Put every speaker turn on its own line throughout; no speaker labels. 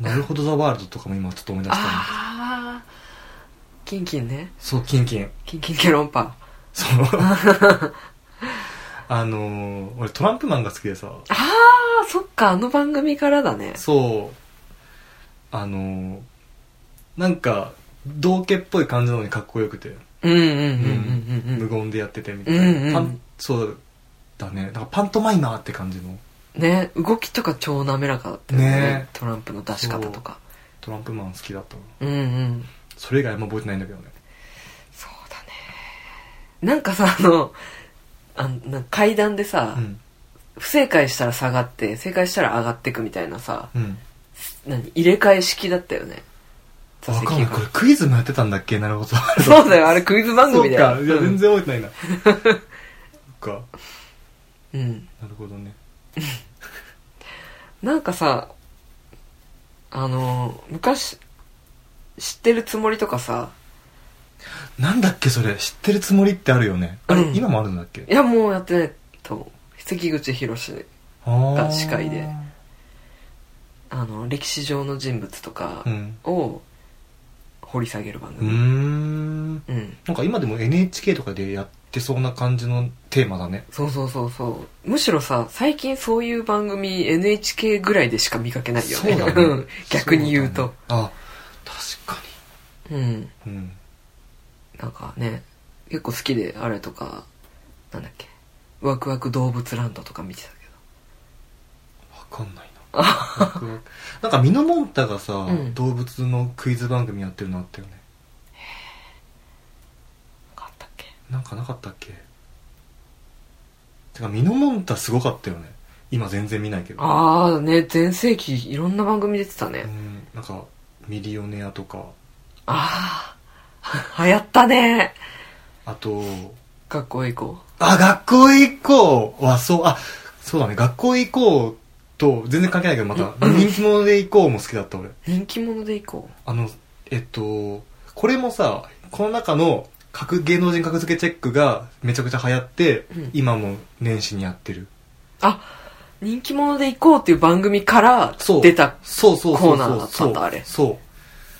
なるほどザワールドとかも今ちょっと思い出したんだ
ああキンキンね
そうキンキン
キンキンケロンパ
そうあのー俺トランプマンが好きでさ
ああそっかあの番組からだね
そうあのーなんか道家っぽい感じなのにかっこよくて、
うんうんうんうんうん
無
うん
言でやっててみたいな、
うんうん
パンそうだねなんかパントマイマーって感じの
ね動きとか超滑らかだったよね
ね
トランプの出し方とか
トランプマン好きだったの
うんうん
それ以外あんま覚えてないんだけどね
そうだねなんかさあのあのなんか階段でさ、
うん
不正解したら下がって正解したら上がってくみたいなさ
うん
何入れ替え式だったよね座
わ
席
かんないこれクイズもやってたんだっけなるほど
そうだよあれクイズ番
そうか
組
い
だよ
や全然覚えてないなそ っか
うん、うん
なるほどね
なんかさあの昔知ってるつもりとかさ
なんだっけそれ知ってるつもりってあるよねあれ、
うん
今もあるんだっけ
いやもうやってないと思う関口宏
ああ
が司会であの歴史上の人物とか
うん
を掘り下げる番
うー
組
ん
うん
なんか今でも NHK とかでやってそうな感じのテーマだね
そうそうそうそうむしろさ最近そういう番組 NHK ぐらいでしか見かけないよ
そ
ね
うだ ね
ん逆に言う
そ
と
うだねあ確か
うん
にうん
なんかね結構好きであれとかなんだっけワクワク動物ランドとか見てた
わかんないなワクワクなんかミノモンタがさ、
ん
動物のクイズ番組やってるのあったよね
けどあったっけ
なんかなかったっけてかミノモンタすごかったよね今全然見ないけど
ああね全盛期いろんな番組出てたね、
うんなんかミリオネアとか
ああ流行ったね
あと
学校へ行こ
あ学校へ行こうはそうあそうだね学校へ行こうと全然関係ないけどまた
うん
人気者で行こうも好きだった俺
う人気者で行こ
あのえっとこれもさこの中の格芸能人格付けチェックがめちゃくちゃ流行って、
うん
今も年始にやってる
うあ人気者で行こうっていう番組から
そう
出た
そうそうそうそう
コーナーだったんだ
そう
あれ
そ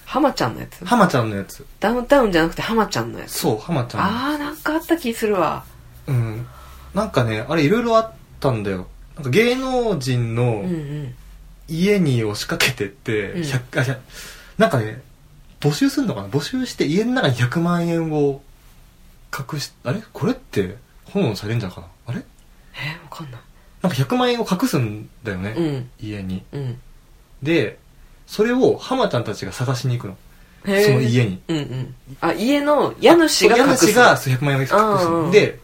浜ちゃんのやつ
う浜ちゃんのやつ
ダウンタウンじゃなくて浜ちゃんのやつ
そう浜ちゃん
ああなんかあった気するわ
うんなんかねあれいろいろあったんだよなんか芸能人の、
うんうん
家に押しかけてって、
うん
100あ100なんかね募集するのかな募集して家の中に100万円を隠しあれこれって本のチャレンジャーかなあれ
えわかんない
なんか100万円を隠すんだよね、
うん
家に
うん
でそれを浜ちゃんたちが探しに行くの
へー
その家に
うんうんあ家の家主が隠
そ
す
う家主がそう100万円を隠すの
うんうん
で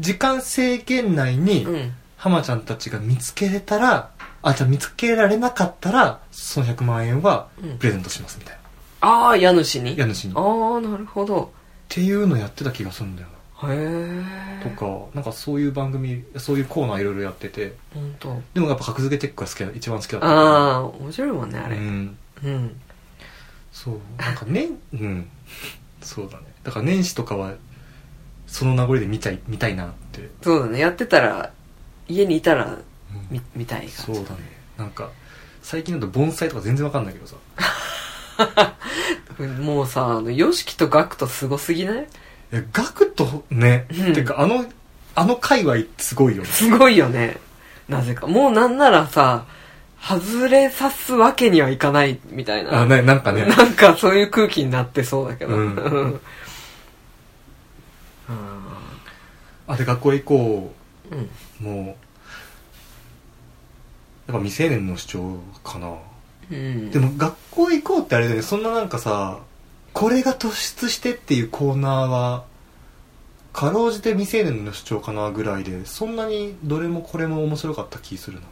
時間制限内に
うん
浜ちゃんたちが見つけれたらあじゃあ見つけられなかったらその100万円は
うん
プレゼントしますみたいな、
ああ家主に
家主に
ああなるほど
っていうのやってた気がするんだよ
へ
な
え
とかなんかそういう番組そういうコーナーいろいろやってて
本当。
でもやっぱ格付けチェックが好きだ一番好きだった
ああ面白いもんねあれ
うん
うん
そうなんかね うんそうだねだから年始とかはその名残で見ちゃい見たいなって、
そうだねやってたら家にいたら
うん
見見たい
そ
感
う
じ
だねなんか最近だと盆栽とか全然わかんないけどさ
うんもうさあの YOSHIKI と GACKT すごすぎない
えガクとね、
うん
てかあのあの界隈すごいよね
すごいよねなぜかもうなんならさ外れさすわけにはいかないみたいな
あねなんかね
なんかそういう空気になってそうだけど。
う
うんん。
あで学校へ行こう
うん
もうやっぱ未成年の主張かな、
うん。
で、も学校行こうってあれだよねそんななんかさこれが突出してっていうコーナーはかろうじて未成年の主張かなぐらいでそんなにどれもこれも面白かった気するな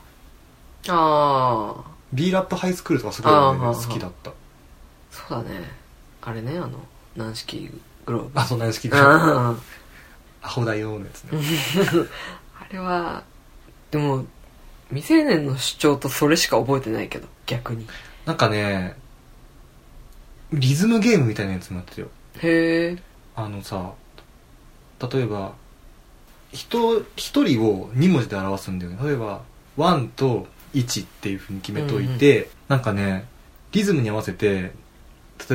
ああ、
B ラップハイスクールとかすごい
あーは
俺
ーはー
好きだった
そうだね。あれね、あの、軟式グローブ。
あそんなに好 きだ
あ
アホだよのやつね
ーあれは、でも、未成年の主張とそれしか覚えてないけど、逆に。
なんかねリズムゲームみたいなやつもやってたよ
へえ。
あのさ例えば人一人を2文字で表すんだよね例えば「1」と「1」っていうふうに決めといて、なんかねリズムに合わせて例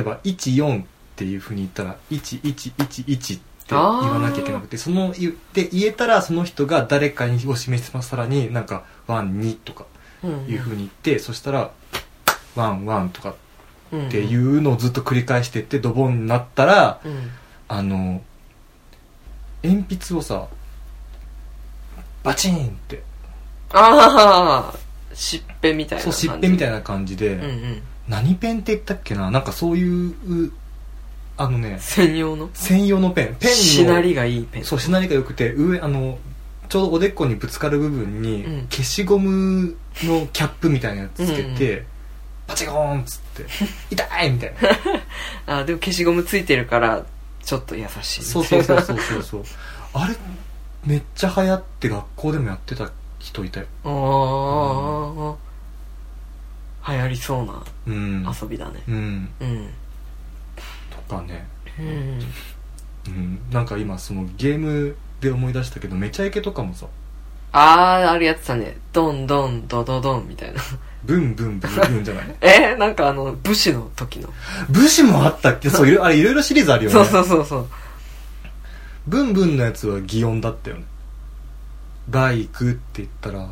えば14っていうふうに言ったら1111って言わなきゃいけなくてその言って言えたらその人が誰かにを示しますさらになんか12とか
うん
いうふうに言って、そしたら11とか
っ
っていううのをずっと繰り返してってドボンになったら
ん、うん
あの鉛筆をさバチーンって
ああしっぺみたいな
そう
感じ
しっぺみたいな感じで、
うんうん
何ペンって言ったっけななんかそういううあのね
専用の
専用のペンペンの
しなりがいいペン
そうしなりが良くて上あのちょうどおでこにぶつかる部分に
うん
消しゴムのキャップみたいなやつつけて、パチコーンっつ って「痛い!」みたいな
あでも消しゴムついてるからちょっと優しい
そうそうそう
う
そうそうそうあれめっちゃ流行って学校でもやってた人いたよ
ああ流行りそうな
うん
遊びだね
うん
うん
とかね
うん
うんなんか今そのゲームで思い出したけどめちゃイケとかもさ
あああれやってたねドンドンドドドンみたいな
ブンブンブンブンじゃない
えなんかあの武士の時の、
武士もあったっけそういろあれいろいろシリーズあるよね
そうそうそうそう
ブンブンのやつは擬音だったよねバイクって言ったら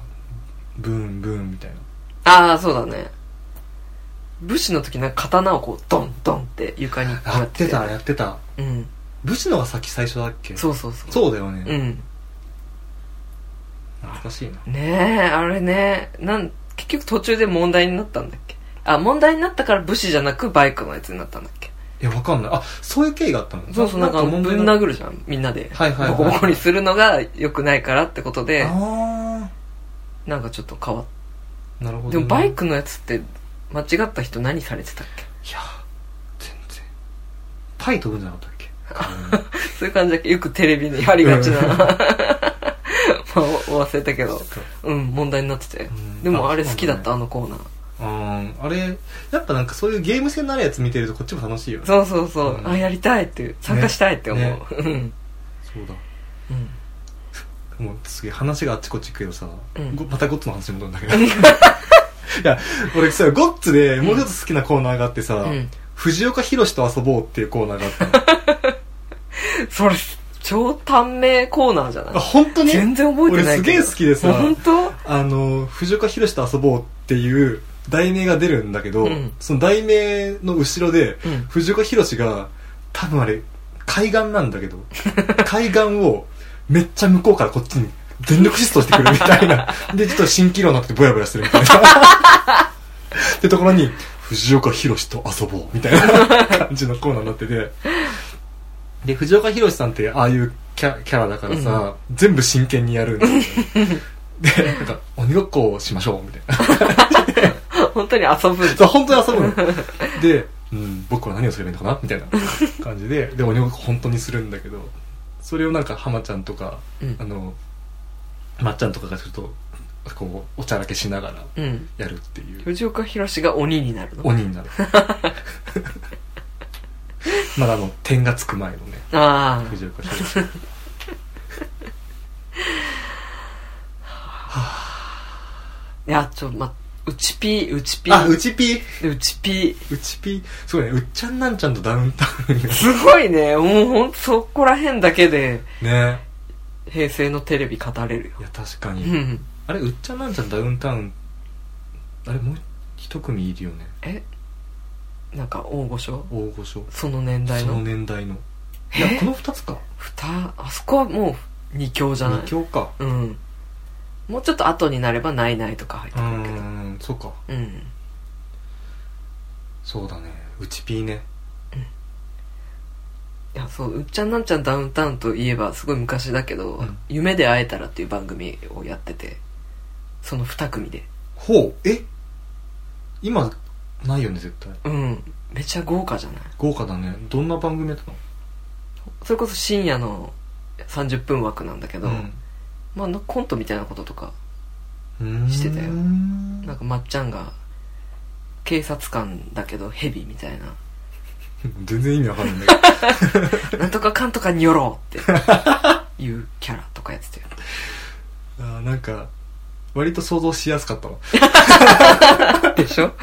ブンブンみたいな
ああそうだね武士の時なんか刀をこうドンドンって床にこう
やってたやってた
うん
武士のが先最初だっけ
そうそうそう
そうだよね、
うん
懐かしいな
ねえあれねなん結局途中で問題になったんだっけあ問題になったから武士じゃなくバイクのやつになったんだっけ
いやわかんないあそういう経緯があったの
そうそうなんかぶ
問
ん
題
殴るじゃんみんなで
はいはいはい
ボコボコにするのが良くないからってことで
あ
なんかちょっと変わっ
あなるほど、
た
ね、
でもバイ
い
クのやつって間違った人何されてたっ
や全然パイ飛ぶんじゃなかったっけ
けそういう感じだっけよくテレビでやりがちな
うん
まあお忘れたけどうん問題になってて
ん
でもあれ好きだっ
あ
たあのコーナー
うんあれやっぱなんかそういうゲーム性のあるやつ見てるとこっちも楽しいよね
そうそうそう
うん
あやりたいっていう参加したいって思
ね
ううん
そうだ
うん
もうすげえ話があっちこっち行くけどさ、
うん
ごまたゴッツの話に戻るんだけど いや俺さゴッツでもう一つ好きなコーナーがあってさ、
うん
藤岡弘と遊ぼうっていうコーナーがあったの
それ超短命コーナーじゃない
あ本当に
全然覚えてないけど
俺すげえ好きでさ
本当
あの藤岡弘と遊ぼうっていう題名が出るんだけど、
うん
その題名の後ろで、
うん
藤岡弘が多分あれ海岸なんだけど 海岸をめっちゃ向こうからこっちに全力疾走してくるみたいなでちょっと蜃気楼になってボヤボヤするみたいなってところに藤岡弘と遊ぼうみたい な感じのコーナーになっててで藤岡弘さんってああいうキャキャラだからさ、全部真剣にやるんだよ ねでなんか鬼ごっこをしましょうみたいな
本当に遊ぶんだ
そう本当に遊ぶので、うん、僕は何をすればいいのかなみたいな感じでで鬼ごっこ本当にするんだけどそれをなんか浜ちゃんとか、
うん
あのまっちゃんとかがちょっとこうおちゃらけしながら
うん
やるっていう
藤岡弘が鬼になるの
鬼になる まだあの点がつく前の ね
ああ
藤岡弘は
ーいやちょまうちぴうちぴ
あうちぴー
でうちぴ
うちぴーそうねうっちゃんなんちゃんとダウンタウ ン
すごいねもうほんとそこら辺だけで
がね
平成のテレビ語れるよ
いや確か
う
に、
ん
あれうっちゃんなんちゃんダウンタウンあれもう一組いるよね
えなんか大御所
大御所
その年代
その
の
年代のいやこの二つか
ふたあそこはもう二強じゃない
二強か
うんもうちょっと後になればないないとか入って
う
くるけど
ーんそうか
うん
そうだねうちぴーね
いやそううっちゃんなんちゃんダウンタウンといえばすごい昔だけど「
うん
夢で会えたら」っていう番組をやっててその2組で
ほうえ今ないよね絶対
うんめちゃ豪華じゃない
豪華だねどんな番組やったの
それこそ深夜の30分枠なんだけど、まあ、コントみたいなこととか
うんうーん
してたよ
な
なんん
か
かまっちゃんが警察官だけどヘビみたいな
全然意味わかんないん だけど
「なんとかかんとかによろう」 っていうキャラとかやってたよ
あーなんか割と想像しやすかったわ
でしょ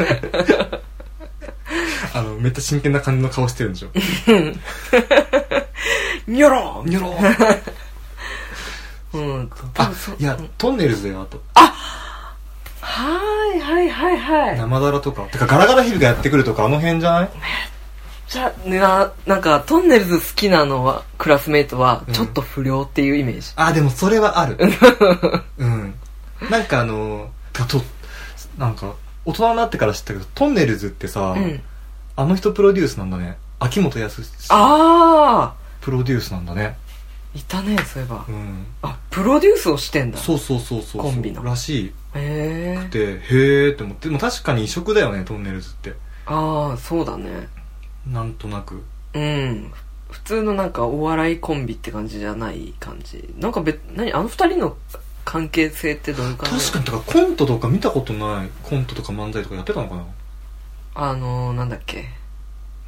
あのめっちゃ真剣な感じの顔してるんで しょ
ニョロ
ニョロ
うん
あ
そう
いやトンネルズだよあと
はいはいはいはい
生だらとかてかガラガラヒルがやってくるとかあの辺じゃない
じゃあななんかトンネルズ好きなのはクラスメイトは
うん
ちょっと不良っていうイメージ、
あでもそれはあ るうんなんかあのてかとなんか大人になってから知ったけどトンネルズってさ、
うん、
あの人プロデュースなんだね秋元康
ああ
プロデュースなんだね
いたねそういえば、
うん
あプロデュースをしてんだ
そうそうそうそう
コンビの
らしい
へえ
でへえって思ってでも確かに異色だよねトンネルズって
ああそうだね
なんとなく
うん普通のなんかお笑いコンビって感じじゃない感じなんか別何あの二人の関係性ってどういう感じ
確かにだからコントとか見たことないコントとか漫才とかやってたのかな
あのー、なんだっけ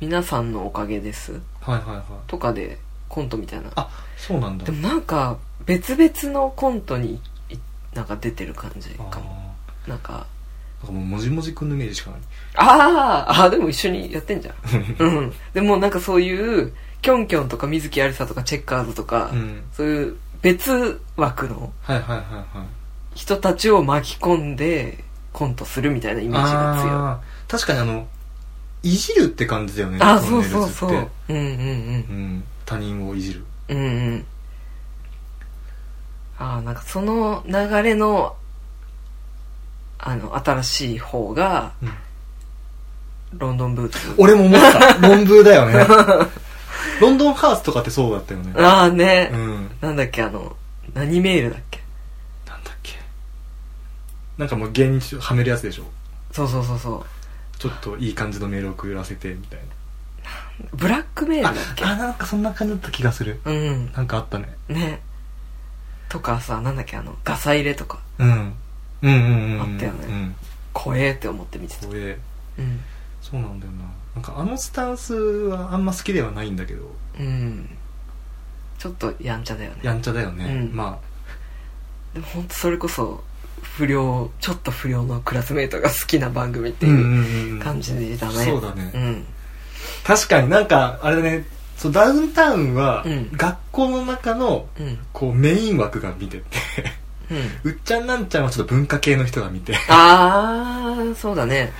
皆さんのおかげです
はいはいはい
とかでコントみたいな
あそうなんだ
でもなんか別々のコントにいなんか出てる感じ
あー
かもなんか
なんかもうもじもじくんのイメージしかない
あーあーでも一緒にやってんじゃ んうんでもなんかそういうキョンキョンとか水木有沙とかチェッカーズとか、
うん
そういう別枠の
はいはいはいはい
人たちを巻き込んでコントするみたいなイメージが強いあ
あー確かにあのいじるって感じだよね
あー
トン
そ
ネ
う
ルズ
そう
って
そううんう
う
ん
ん他人をいじる
うんうんうんああなんかその流れのあの新しい方が、
うん
ロンドンブーツ
俺も思った論文だ よねロンドンハーツとかってそうだったよね
ああね
う、ん
なんだっけあの何メールだっけ
なんだっけなんかもう芸人はめるやつでしょ
そうそうそうそう
ちょっといい感じのメールを送らせてみたい
ブラックメー
な
ルだっけ
ああなんかそんな感じだった気がする
うん
なんかあったね
ねとかさなんだっけあのガサ入れとか
うんうんうんうんうん
あったよね
うん
怖えって思って見てた
これ
うん
そうなんだよななんかあのスタンスはあんま好きではないんだけど
うんちょっとやんちゃだよね
やんちゃだよね、
うん
ま
でも本当それこそ不良ちょっと不良のクラスメイトが好きな番組っ
あ
ていう
うんうん
感じだね、
そうだね
うん
確かになんかあれだねそうダウンタウンは
うん
学校の中の
うんうん
こうメイン枠が見ててうっちゃんなんちゃんはちょっと文化系の人が見て
ああそうだね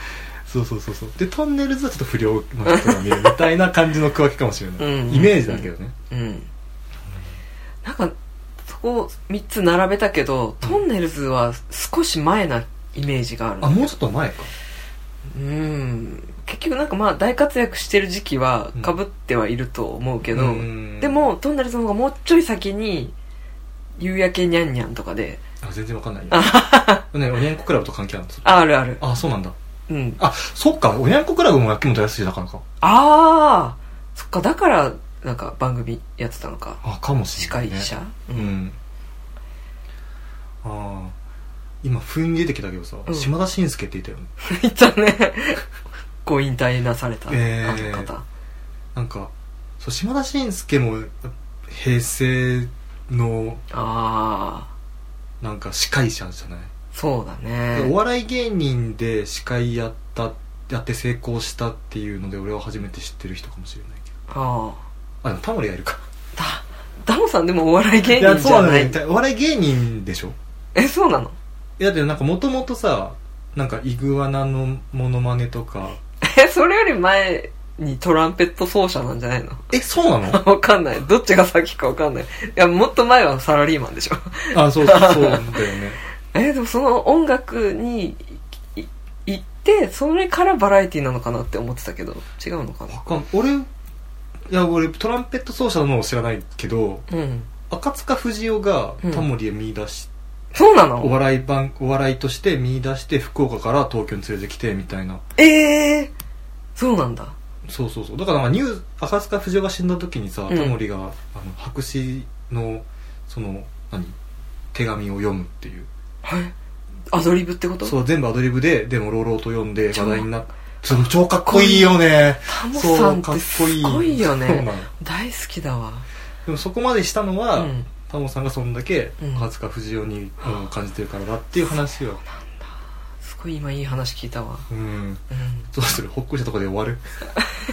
そうそうそうそうでトンネルズはちょっと不良の人が見るみたいな感じの区分けかもしれない
うん
イメージだけどね
うんなんかそこ3つ並べたけどトンネルズは少し前なイメージがある
あもうちょっと前か
うん結局なんかまあ大活躍してる時期は
うん
かぶってはいると思うけど、
うん
でもトンネルズの方がもうちょい先に夕焼けにゃんにゃんとかで
あ全然わかんないよねおにゃんこクラブと関係あるのそれ
ああるある
あそうなんだ
うん
あそっかおにゃんこクラブも秋元康だからか
ああそっかだからなんか番組やってたのか
あかもし
司
れない、
会
ね、
者、う
うん、
ん
ああ今ふんに出てきたけどさ、
うん
島田紳介って言ったよね
いたねご引退なされた、
えー
あの方
なんかそう島田紳介も平成の
ああ
なんか司会者じゃない
そうだね
お笑い芸人で司会やったやって成功したっていうので俺は初めて知ってる人かもしれないけど
あ
あ
あ
でもタモリがいるか
ダモさんでもお笑い芸
いや
人
そ
じ
う
ゃ
な
なんい
だよお笑い芸人でしょ
えそうなの
いやでもなんかもともとさなんかイグアナのモノマネとか
えそれより前にトランペット奏者なんじゃないの
えそうなの
わかんないどっちが先かわかんないいやもっと前はサラリーマンでしょ
あそうそうそうだよね
えでもその音楽にいい行ってそれからバラエティなのかなって思ってたけど違うのかな
わかん俺いや俺トランペット奏者のを知らないけど
うん
赤塚不二夫が
うん
タモリを見出し、
そうな
お
の
笑い番お笑いとして見出して福岡から東京に連れてきてみたいな
ええそうなんだ
そうそうそうだからなんかニュー赤塚不二夫が死んだ時にさ、
うん
タモリがあの白紙のその何手紙を読むっていう
はいアドリブってこと
そう全部アドリブででも朗々と読んで
超
話題になって超超かっこいいよね
タモさんっ
そうかってこ
すごいよ
そうな
ね
の
大好きだわ
でもそこまでしたの
う
は、
ん
タモさんがそんだけ
うん
赤塚不二夫に、うん感じてるからだっていう話は
すごい今いい話聞いたわ
うん
うん
どうするほっこりしたとこで終わる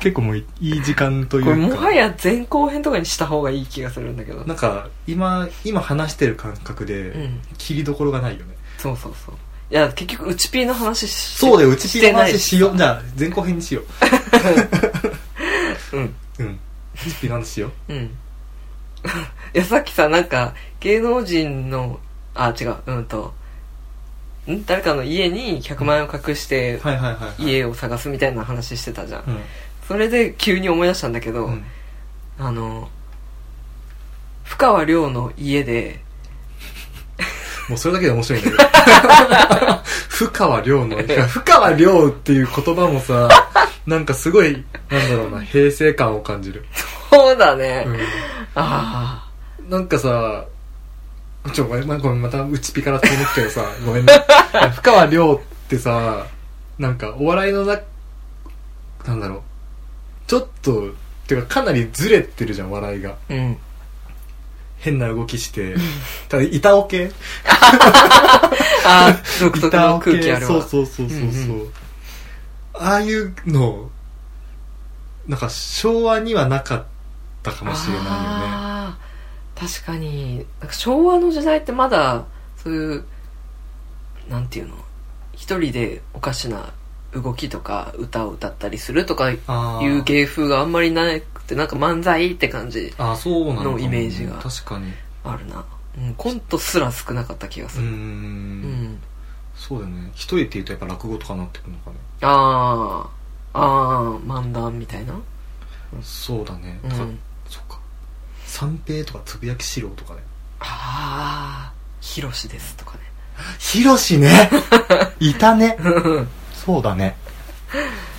結構もういいい時間という
こ
か
れもはや前後編とかにした方がいい気がするんだけど
なんか今今話してる感覚で、
うん
切りどころがないよね
そうそうそういや結局うちピーの話し
そうだようちピーの話
し
しようじゃあ前後編にしよ
てないうん
ううんうちピーの話しよう
うん いやさっきさなんか芸能人のあ違ううんとん誰かの家に100万円を隠して
はいはいはい、はい、
家を探すみたいな話してたじゃん
うん、
それで急に思い出したんだけど、
うん
あの深川亮の家で
もうそれだけで面白いんだけど 深川亮 のいや深川亮っていう言葉もさなんかすごいなんだろうな平成感を感じる、
そうだね、
うん
あ
なんかさ、ちょ、ごめん、まごめんまた、うちピから飛ぶけどさ、 ごめんね。深川亮ってさ、なんか、お笑いのな、なんだろう。ちょっと、てか、かなりずれてるじゃん、笑いが。
あ うん
変な動きして。ただ、板尾系
ああ独特
板
の
尾系
空気あるわ
そうそうそうそうそう。
うん
ああいうの、なんか、昭和にはなかったかもしれないよね。
あー確かになんか昭和の時代ってまだそういうなんていうの一人でおかしな動きとか歌を歌ったりするとかい
あー
う芸風があんまりなくてなんか漫才って感じ
あー、そうなのかも
のイメージが
確かに。
あるな、うん、コントすら少なかった気がす
う
るうん、
ん。そうだよね一人って言うとやっぱ落語とかなってくるのかね
ああああ漫談みたいな
そうだね、
うん
だからそっか三平とかつぶやき四郎とかね
ああヒロシで すとかね
ひろしね いたねそうだね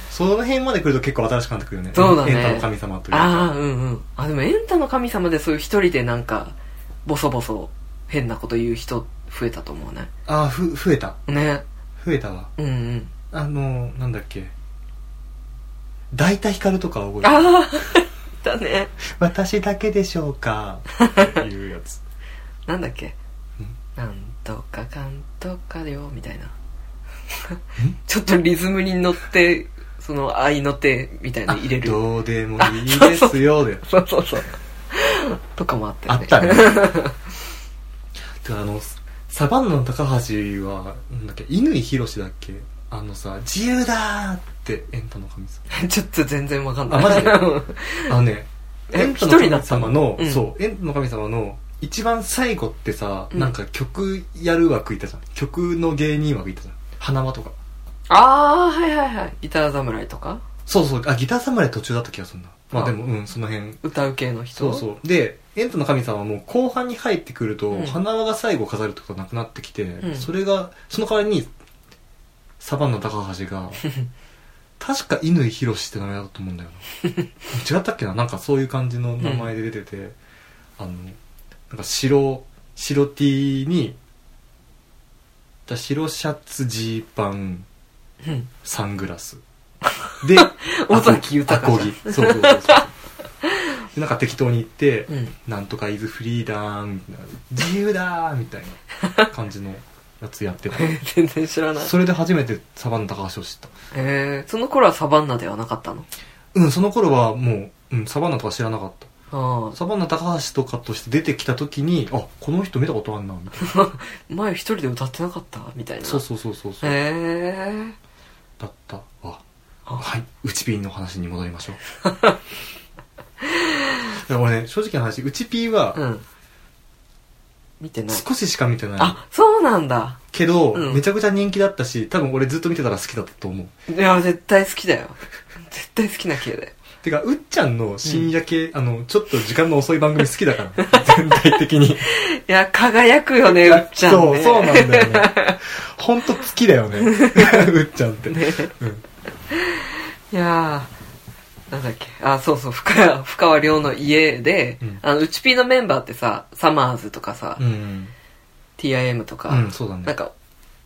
その辺まで来ると結構新しくなってくるよね
そうだね
エンタの神様という
ああ
か
うんうんあでもエンタの神様でそういう一人でなんかボソボソ変なこと言う人増えたと思うね
ああふ増えた
ね
増えたわ
うんうん
あのなんだっけ大体光とか覚えてる
ああだね
私だけでしょう かっていうやつ
なんだっけ
うん
なんとかかんとかよみたいな ちょっとリズムに乗ってその愛の手みたいなの入れる
どうでもいいです よで
そうそうそうとかもあった
あ
よ
っ
ね
たね。 てかあの、サバンナの高橋は、なんだっけ、乾博士だっけあのさ、自由だーって、エンタの神様。
ちょっと全然わかんない
あマジで
うん
あのね、
え
エンタ
一
の神
人だったの
様の、
うん
そう、エンタの神様の、一番最後ってさ、
うん
なんか曲やる枠いたじゃん。曲の芸人枠いたじゃん。花輪とか。
ああはいはいはいギター侍とか
そうそう、あ、ギター侍途中だった気がするな。まあ
あ
でも、うん、その辺。
歌う系の人
そうそう。で、エンタの神様はもう後半に入ってくると、
うん
花輪が最後飾るってことはなくなってきて、
ん
それが、その代わりに、サバンナ高橋 が、確か乾博士って名前だったと思うんだよな。違ったっけななんかそういう感じの名前で出てて、あの、なんか白、白 T に、だ白シャツ、ジーパン、
うん
サングラス。で、
尾崎豊
ア
じ
コ
ゃん
ギ。そうそうそうそう。でなんか適当に行って、
うん
なんとかイズフリーダーみたいな自由だーみたいな感じのやつやって た
全然知らない。
それで初めてサバンナ高橋を知った
えー、その頃はサバンナではなかったの
うんその頃はもう、うん、サバンナとか知らなかった
ああ。
サバンナ高橋とかとして出てきた時にあこの人見たことあんなみたいな
前一人で歌ってなかったみたいな。
そうそうそうそうそう
へえ
だったわ
あ
はい内ピーの話に戻りましょう いや俺ね正直な話内ピー
ー。う
は
ん。見てない。
少ししか見てない、
あ、そうなんだ。
けど、
うん
めちゃくちゃ人気だったし多分俺ずっと見てたら好きだったと思う
いや、絶対好きだよ。絶対好きな系だよ。
てか、うっちゃんの深夜系、あの、ちょっと時間の遅い番組好きだから、 全体的に。
いや、輝くよね、うっちゃん、ね。
そう、そうなん だよね。ほんと好きだよね。うっちゃんって。
ね
うん
いやーなんだっけあそうそう深川深川亮の家で、
うん
あのうちピーのメンバーってさサマーズとかさ、
うん。
TIM とか、
うん、そうだ
なん
ね。
か、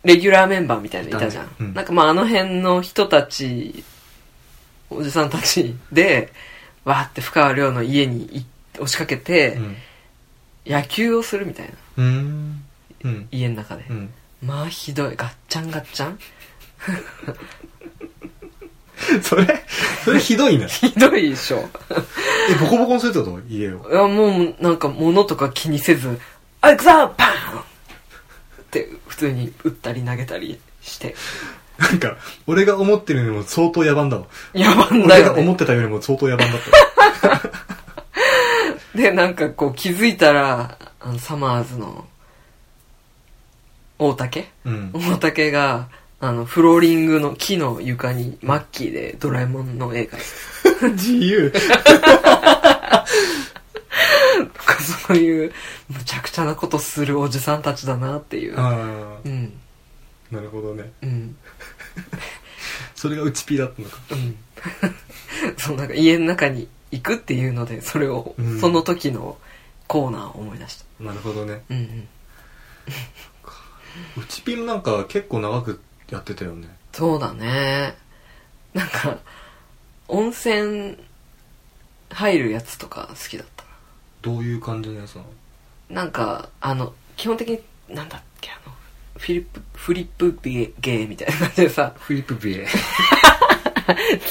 レギュラーメンバーみたいなのいたじゃん。
いたねうん
なんかまああの辺の人たち、おじさんたちで、わーって深川亮の家にい押しかけて、
うん。
野球をするみたいな、
うん。うん。
家の中で。
うん。
まあひどい、ガッチャンガッチャン。
それそれひどいね
ひどいでしょ
えボコボコにするってこと家を
いやもうなんか物とか気にせず「あいくぞパーン!」って普通に打ったり投げたりして
なんか俺が思ってるよりも相当野蛮だわ
野蛮だ
俺が
よ、
思
ね、
ってたよりも相当野蛮だっ
でなんかこう気づいたらあのサマーズの大竹
たう ん
大竹があのフローリングの木の床にマッキーでドラえもんの絵が
自由
とかそういうむちゃくちゃなことするおじさんたちだなっていう
あ
うん
あなるほどね
うん
それがうちピーだったのか
うん そうなんか家の中に行くっていうのでそれを、
うん
その時のコーナーを思い出した
なるほどね
うんうん
うちピーもなんか結構長くやってたよね
そうだねなんか温泉入るやつとか好きだった
どういう感じのやつなの
ななんかあの基本的になんだっけあのフィリップフリップゲーみたいな感じでさ
フリップビエ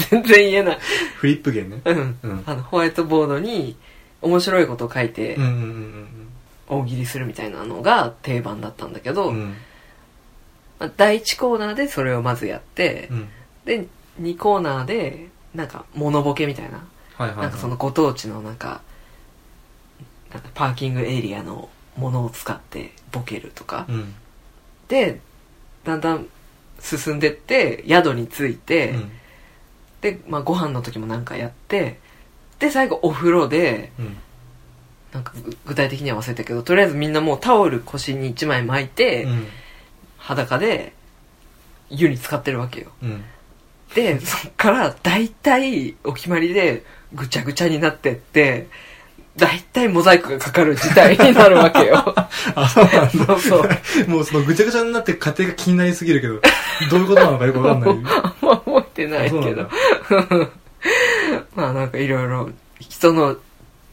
全然言えない
フリップゲーね
うん、
うん
あのホワイトボードに面白いことを書いて
うんうんうん
大喜利するみたいなのが定番だったんだけど、
うんうん
まあ、第1コーナーでそれをまずやって、
うん
で2コーナーでなんかモノボケみたいな
はいはいはい
なんかそのご当地のなんかなんかパーキングエリアのものを使ってボケるとか、
うん
でだんだん進んでって宿に着いて、
うん
で、まあ、ご飯の時もなんかやってで最後お風呂で
うん
なんかぐ具体的には忘れたけどとりあえずみんなもうタオル腰に1枚巻いて、
うん
裸で湯に浸かってるわけよ
うん
で、そっから大体お決まりでぐちゃぐちゃになってって、大体モザイクがかかる事態になるわけ よ。
あ、そうなんだ。
そうそう。
もうそのぐちゃぐちゃになって家庭が気になりすぎるけど、どういうことなのかよくわかんない。
あんま覚えてない
あそ
け
うなん
ど
だ。
まあなんかいろいろ人の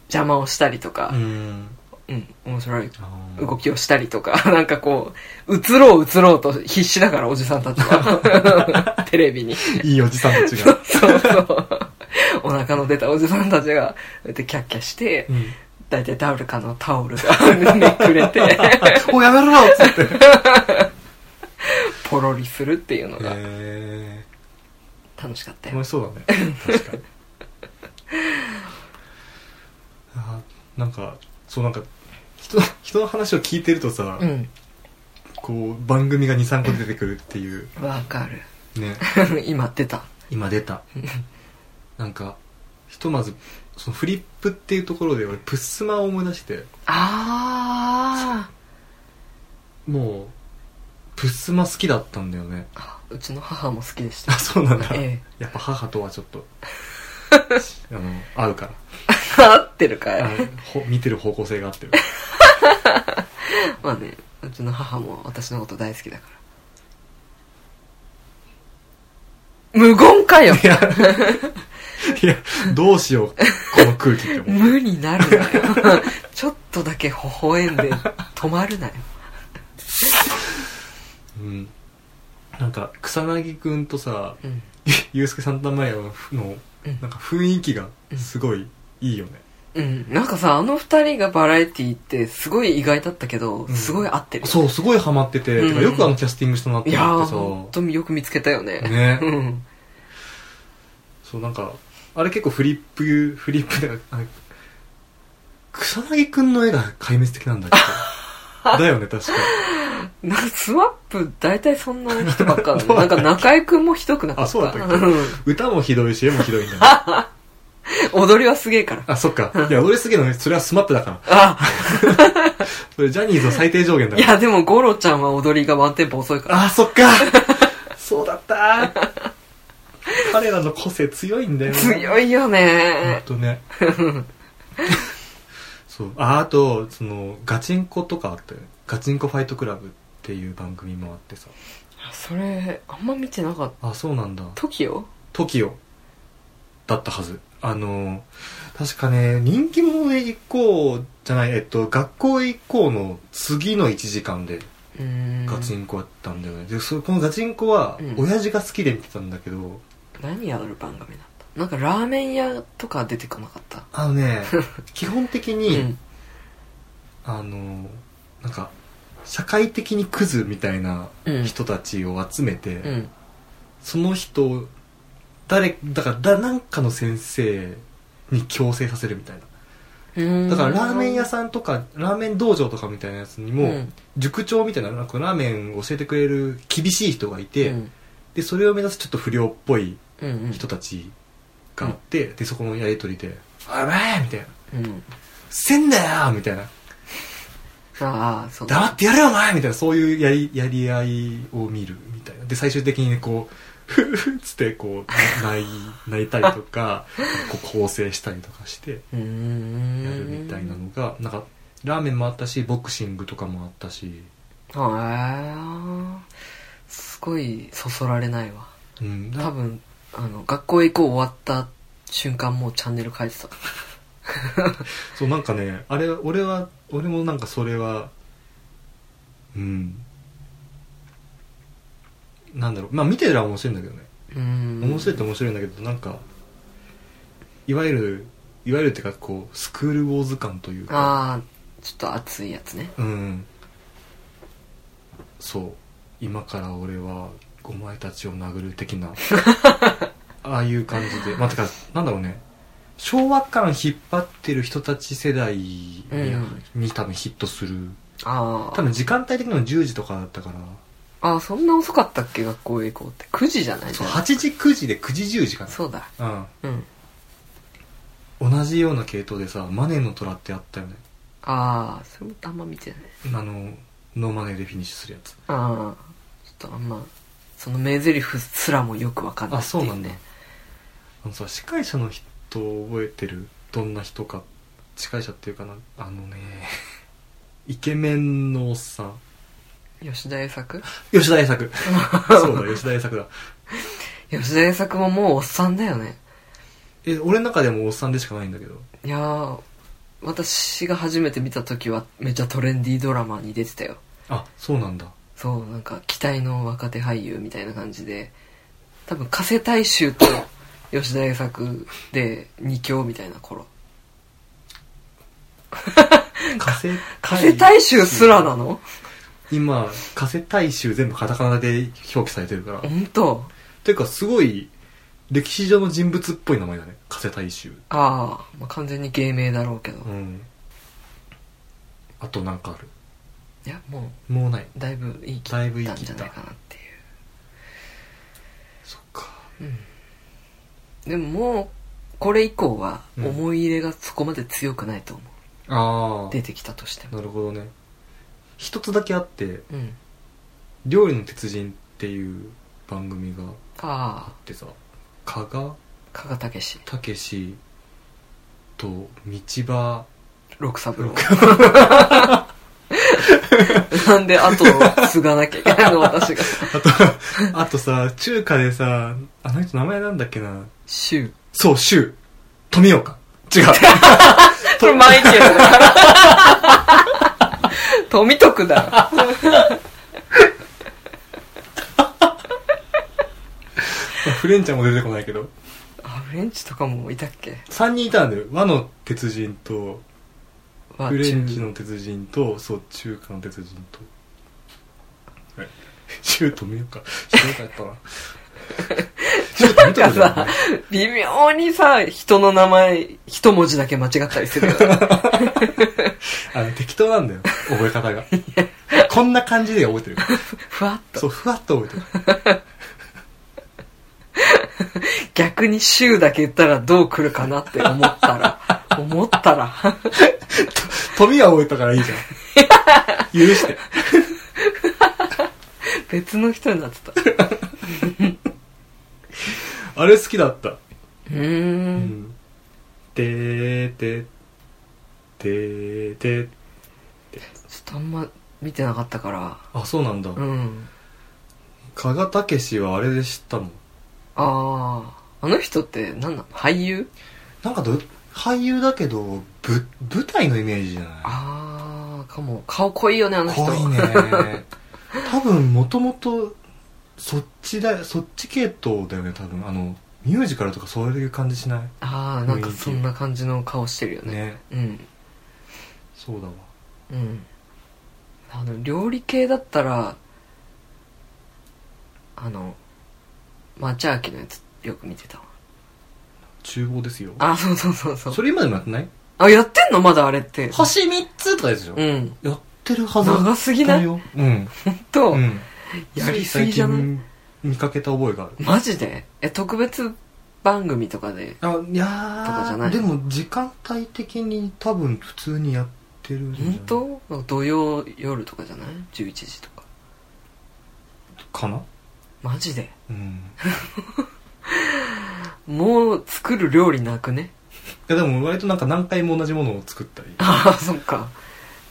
邪魔をしたりとか
う、ん。
うん、面白い
あー
動きをしたりとか、 なんかこう、映ろう映ろうと必死だからおじさんたちは。 テレビに。
いいおじさんたちが。
そうそう。お腹の出たおじさんたちが、でキャッキャして、
うん。
大体タオルかのタオルが めく れて、
お、やめろっつって。
ポロリするっていうのが
え
楽しかった
ー、
よ。
楽しそうだ ね。確かに。あーなんか、そうなんか、人の人の話を聞いてるとさ、
うん。
こう、番組が2、3個出てくるっていう、
わかる。
ね。
今出た。
今出たなんかひとまずそのフリップっていうところで俺プッスマを思い出して
あ
もうプッスマ好きだったんだよね
ーあ。うちの母も好きでし
あ
た。
そうなんだ、
ええ。
やっぱ母とはちょっとあの合うか
合ってるから
あ
い。
のほ見てる方向性が合ってる
まあね、うちの母も私のこと大好きだから。無言かよ
いやいやどうしようこの空気って思う
無になるなよ。 ちょっとだけ微笑んで止まるなよ。
うんなんか草薙くんとさ
うん。
ゆうすけサンタマリアのの
うん
なんか雰囲気がすごいいいよね、
うん、なんかさあの二人がバラエティってすごい意外だったけど、
うん
すごい合ってる
そう、すごいハマってて、
うん
てかよくあのキャスティングしたなって
やー
思
本
って
当によく見つけたよね
さ、ね
う。ん
そう、なんか、あれ結構フリップ、フリップで、あ草薙くんの絵が壊滅的なんだけ ど。だよね、確か。
なんかスワップ大体そんな人ばっかだね
どう
な
だ
ん
った
か中居君もひどくなかっ
あ
た
そうだったっけ
うん
歌もひどいし、絵もひどいんだよ。
踊りはすげえから
あ、そっ か。いや、俺すげえのね、それはスマップだから。
あ
それジャニーズの最低上限だ
い
から。
やでもゴロちゃんは踊りがワンテンポ遅いから
あ、そっか。 そうだった。彼らの個性強いんだよね。
強いよ
ほん
ね
と ね。そう。あ、あと、その、ガチンコとかあったよね。ガチンコファイトクラブっていう番組もあってさ。
それあんま見てなかっ
あ、そうなんだ。
た TOKIO?
TOKIO だったはず。あの、確かね、人気者へ行こうじゃない、えっと、学校へ行こうの次の1時間で
うーん
ガチンコやったんだよね。で、そこのガチンコは
う、ん
親父が好きで見てたんだけど、
何やる番組だったなんかラーメン屋とか出てこなかった
あの ね基本的に、
うん
あのなんか社会的にクズみたいな
うん
人たちを集めて、
うん
その人誰だからだなんかの先生に強制させるみたいな
うん
だからラーメン屋さんとかラーメン道場とかみたいなやつにも、
うん
塾長みたいななんかラーメンを教えてくれる厳しい人がいて、
うん
でそれを目指すちょっと不良っぽい
うんうん
人たちがあって、でそこのやり取りで「おいお前!」みたいな
うん
「せんなよ!」みたいな
ああそう
黙ってやれよお前みたいなそういうやりやり合いを見るみたいなで最終的にねこうふふふっつってこう泣い泣いたりとかこう構成したりとかして
うーん
やるみたいなのがなんかラーメンもあったしボクシングとかもあったし、
はあすごいそそられないわ
うん、
多
な
分あの学校へ行こう終わった瞬間もうチャンネル変えてた
そうなんかねあれ俺は俺もなんかそれはうんなんだろうまあ見てるら面白いんだけどね
うん
面白いって面白いんだけどなんかいわゆるいわゆるっていうかこうスクールウォーズ感というか
ああちょっと熱いやつね
うんそう今から俺はお前たちを殴る的 なああいう感じでまあてかなんだろうね昭和感引っ張ってる人たち世代に,、
うん
に多分ヒットする
あ
多
あ
分時間帯的にも10時とかだったから
ああそんな遅かったっけ学校へ行こうって9時じゃない
そう
じゃあ
8時9時で9時10時か
そうだ
なうん
うん
同じような系統でさ「マネーの虎」ってあったよね
ああそれもあんま見てない
あのノーマネーでフィニッシュするやつ
ああちょっとあんまその名台詞すらもよくわかんない
あ
って
そう
い
なんだあのさ司会者の人覚えてるどんな人か司会者っていうかなあのね イケメンのおっさん
吉田栄作
吉田栄作 そうだ吉田栄作だ
吉田栄作ももうおっさんだよね
え俺の中でもおっさんでしかないんだけど
いやー私が初めて見た時はめっちゃトレンディードラマに出てたよ
あそうなんだ
そうなんか期待の若手俳優みたいな感じで多分加瀬大衆と吉田栄作で二強みたいな頃
加瀬
加瀬大衆すらなの
今加瀬大衆全部カタカナで表記されてるから
本当
ていうかすごい歴史上の人物っぽい名前だね加瀬大衆
ああ、まあ、完全に芸名だろうけど、
う
い
んあとなんかある
やも
もうないう
だいぶ言い切
だいぶ言い
ったん
切
じ
っ
ゃ
た
ないかなっていう
そっか
でももうこれ以降は
うん
思い入れがそこまで強くないと思う、
あ
出てきたとしても
なるほどね一つだけあって
うん
「料理の鉄人」っていう番組があ
あ
ってさ加賀
あ加賀武史
武史と道場
六三郎
六
なんで後を継がなきゃいけないの私が
あとさ中華でさあの人名前なんだっけな
柊
そう柊富岡 違う
これマイケルだから富徳だ
フレンちゃんも出てこないけど
あフレンチとかもいたっけ
3人いたんだよ和の鉄人と
は
フレンチの鉄人とそう中華の鉄人と え柊富岡柊岡やったな 柊富岡じゃない
微妙にさ人の名前一文字だけ間違ったりするよね
あの適当 なんだよ覚え方がこんな感じで覚えてるから
ふわっと
そうふわっと覚えてる
逆に週だけ言ったらどう来るかなって思った ら、思ったら、
富は覚えたからいいじゃ ん許して
別の人になってた。う
あれ好きだった
ー。
うんんてーててーてー
ちょっとあんま見てなかったから。
あそうなんだ
うん。
加賀武史はあれで知ったの
ああ。あの人って何なの俳優
なんかど俳優だけどぶ舞台のイメージじゃない
ああ、かも。顔濃いよね、あの人。
怖いね 多分もともとそっちだそっち系統だよね多分あのミュージカルとかそういう感じしな
ああなんか
雰囲気
そんな感じの顔してるよ
い
ね
ね
うん
そうだわ
うんあの料理系だったらあのマチャーキのやつよく見てたわ
厨房ですよ
あそうそうそうそう
それ今でもやってない
あやってんのまだあれって
星3つとかですよ、
うん
やってるはず
長すぎない
だようん、
と、
うん、
やりすぎじゃない
最近見かけた覚えがある
マジでえ特別番組とかで
あいや
とかじゃ
ー
ない
でも時間帯的に多分普通にやってるんじゃない
本当土曜夜とかじゃない11時とか
かな
マジで
うん
もう作る料理なくね
いやでも割となんか何回も同じものを作ったり
ああそっか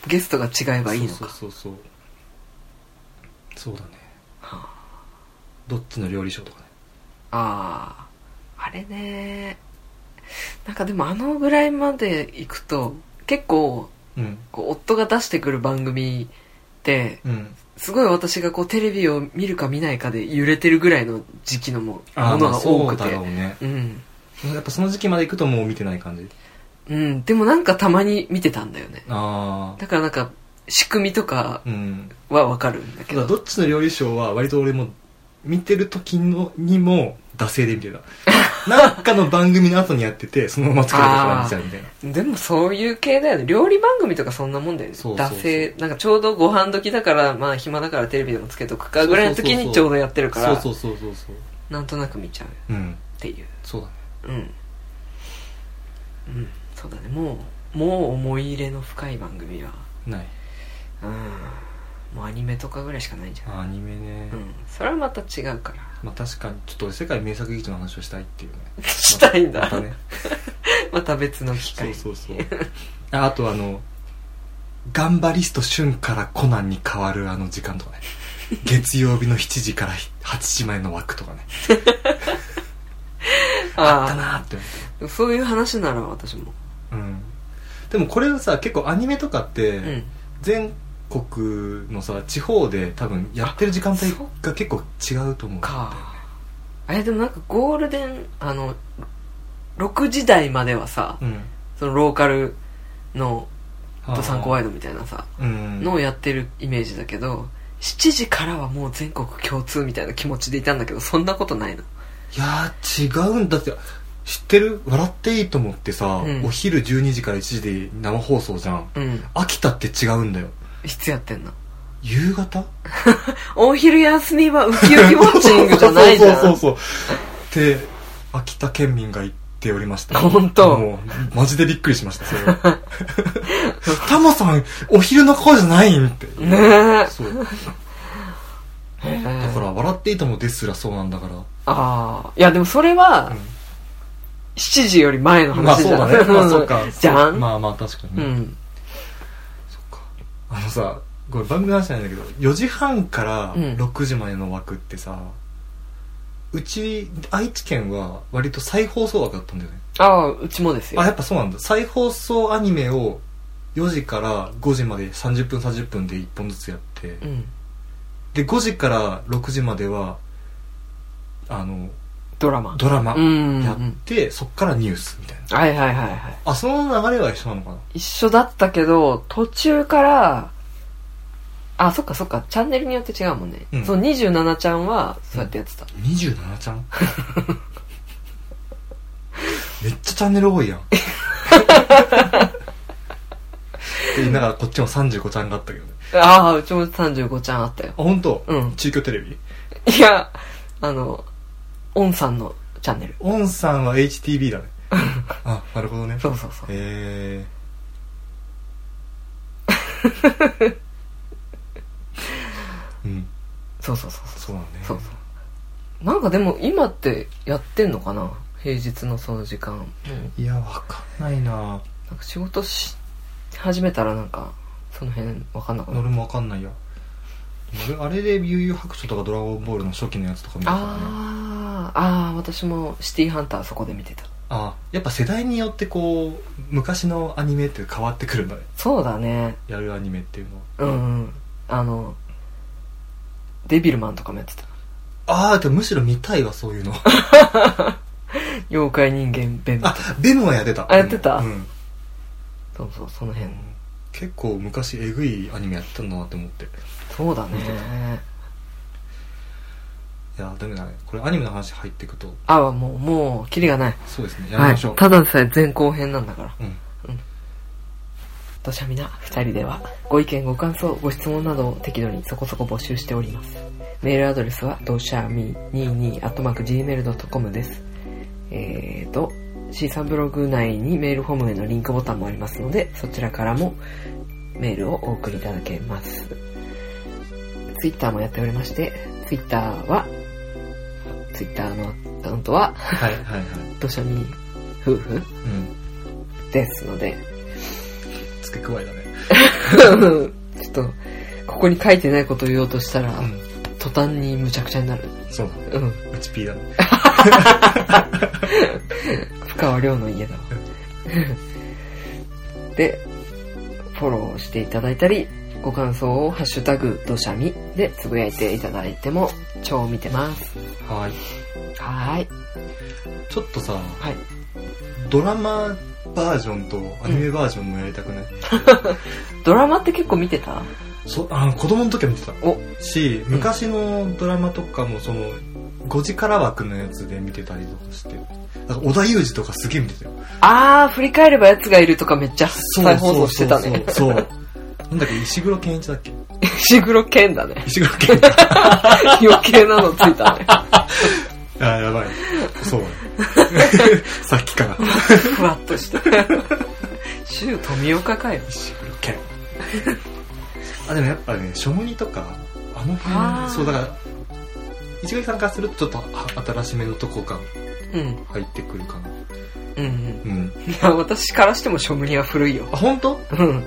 ゲストが違えばいいのか
そうそうそうそうそうだね
は
どっちの料理賞とかね
あああれねなんかでもあのぐらいまで行くと結構
うん
こう夫が出してくる番組って
うん
すごい私がこうテレビを見るか見ないかで揺れてるぐらいの時期のも
あ
ものが多く
そうだろ
て
うね
うん、
やっぱその時期まで行くともう見てない感じ
うん、でもなんかたまに見てたんだよね
ああ
だからなんか仕組みとか
うん
はわかるんだけ
ただ
ど
どっちの料理賞は割と俺も見てる時のにも惰性で見て たなんかの番組の後にやっててそのまま作られたから見ちゃうみたいな
でもそういう系だよね料理番組とかそんなもんだよね
そうそうそう
惰性なんかちょうどご飯時だからまあ暇だからテレビでもつけとくかぐらいの時にちょうどやってるから
そうそうそうそうそう
なんとなく見ちゃうっ
うん
ていう
そうだね
うんうんそうだねもうもう思い入れの深い番組は
ない
うんもうアニメとかぐらいしかないんじゃない
アニメね、
うんそれはまた違うから
まあ確かにちょっと世界名作劇場の話をしたいっていうね
したいんだ
また ね
また別の機
そ
会
うそうそう ああとあの頑張リスト旬からコナンに変わるあの時間とかね月曜日の7時から8時前の枠とかね あった
あ
なーって思って
あそういう話なら私も
うんでもこれさ結構アニメとかって、
うん
全国のさ地方で多分やってる時間帯が結構違うと思う
かあれでもなんかゴールデンあの6時台まではさ
うん
そのローカルのドサンコワイ
ド
ドみたいなさ
うん
のをやってるイメージだけど7時からはもう全国共通みたいな気持ちでいたんだけどそんなことないの
いやー違うんだって知ってる「笑っていいと思ってさ、
うん
お昼12時から1時で生放送じゃん
うん
秋田って違うんだよ
いつやってんの
夕方
お昼休みはウキウキウォッチングじゃないじゃん
そうそうそうそうって秋田県民が言っておりました
本当
もうマジでびっくりしましたそれ はタモさんお昼の顔じゃないんって
ねえ
そうだ
え
か
ー
ら「笑っていいとも」ですらそうなんだから、
ああいやでもそれは
う
7時より前の
ん、まあ
話
そう
じゃん
だ ねまあそうか
じゃ
そうんまあまあ確かに
う
ね、
ん
そっかあのさこれ番組の話なんだけど4時半から
うん
6時までの枠ってさ、うち愛知県は割と再放送枠だったんだよね
ああうちもですよ
あやっぱそうなんだ再放送アニメを4時から5時まで30分30分で1本ずつやって、
うん
で5時から6時まではあの
ドラマ
ドラマ
うん
やって、そっからニュースみたいな
はいはいはいはい
あその流れは一緒なのかな
一緒だったけど途中からあそっかそっかチャンネルによって違うもんね、
うん
その27ちゃんはそうやってやってた、
27ちゃん めっちゃチャンネル多いやん って言いながらこっちも35ちゃんがあったけどね
ああうちも35ちゃんあったよ
あ本当、
うん
中京テレビ
いやあのオンさんのチャンネル
オンさんは HTB だねあなるほどね
そうそうそう
えーうん
そうそうそう
そうだね
そうそうなんかでも今ってやってんのかな平日のその時間もう
いやわかんないな
なんか仕事し始めたらなんかその辺わかんなくな
俺
る
もわかんないや俺あれで悠々白書とかドラゴンボールの初期のやつとか見たからね
あーあー私もシティハンターそこで見てた
あやっぱ世代によってこう昔のアニメって変わってくるんだね
そうだね
やるアニメっていうのは
うん、うん、あのデビルマンとかもやってた
ああでもむしろ見たいわそういうの
妖怪人間弁
あベムはやってた
あやってた
うん、
そうそうその辺
結構昔えぐいアニメやってたんだなって思ってい
そうだね
やダメだねこれアニメの話入っていくと
あはもうもうキリがない
そうですねやめ
は
ま
い
しょう、
ただでさえ前後編なんだから
うん
土砂みな二人ではご意見ご感想ご質問などを適度にそこそこ募集しておりますメールアドレスはドシャミ22 gmail.com ですえーと C さんブログ内にメールフォームへのリンクボタンもありますのでそちらからもメールをお送りいただけますツイッターもやっておりましてツイッターはツイッターのアカウントは
はいはいはい
ドシャミ夫婦
うん
ですので
付け加えだね
ちょっと、ここに書いてないことを言おうとしたら、
うん
途端にむちゃくちゃになる。
そうだね
うん。
うち P だね
深川亮の家だわ。 で、フォローしていただいたり、ご感想をハッシュタグ、どしゃみでつぶやいていただいても、超見てます。
はい
はーい。
ちょっとさ
はい。
ドラマバージョンとアニメバージョンもやりたくない、
ドラマって結構見てた
そあの子供の時は見てた
お
し昔のドラマとかもその5時から枠のやつで見てたりとかしてなんか織田裕二とかすげえ見てたよ
あー、振り返れば奴がいるとかめっちゃ再放送してたね。
そうそうそうなんだっけ石黒健一だっけ
石黒剣 だね。
石黒健一あ
余計なのついたね。
ーやばい そうだねさっきから
ふわっと した。週富岡かよ。
石黒健 あでもやっぱねショムニとかあの
あー
辺そうだから石垣さんからするとちょっとあ新しめのとこが
うん。
入ってくるかな
うんうん。
うん
いや、私からしてもショムニは古いよ。
あ本当
うん。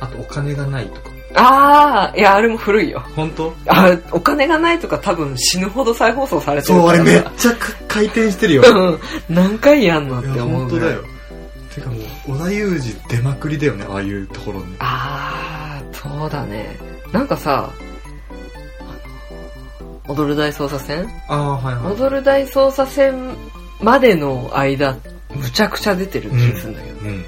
あとお金がないとか
ああ、いや、あれも古いよ。
本当
あれお金がないとか多分死ぬほど再放送されて
そ
る
う
か
あれ
らな。
めっちゃく回転してる よ
うん。何回やんのっ
いや
て思う
本当
ぐら
だ
い
よ。てかもう織田裕二出まくりだよねああいうところね
ああ、そうだね。なんかさ、あの踊る大捜査線
ああはいはい
踊る大捜査線までの間、むちゃくちゃ出てる気がするんだけど。
うんうんうん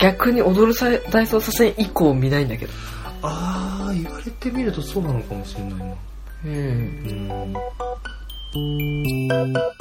逆に踊る大捜査線以降見ないんだけど。
ああ言われてみるとそうなのかもしれないな
うん。
うん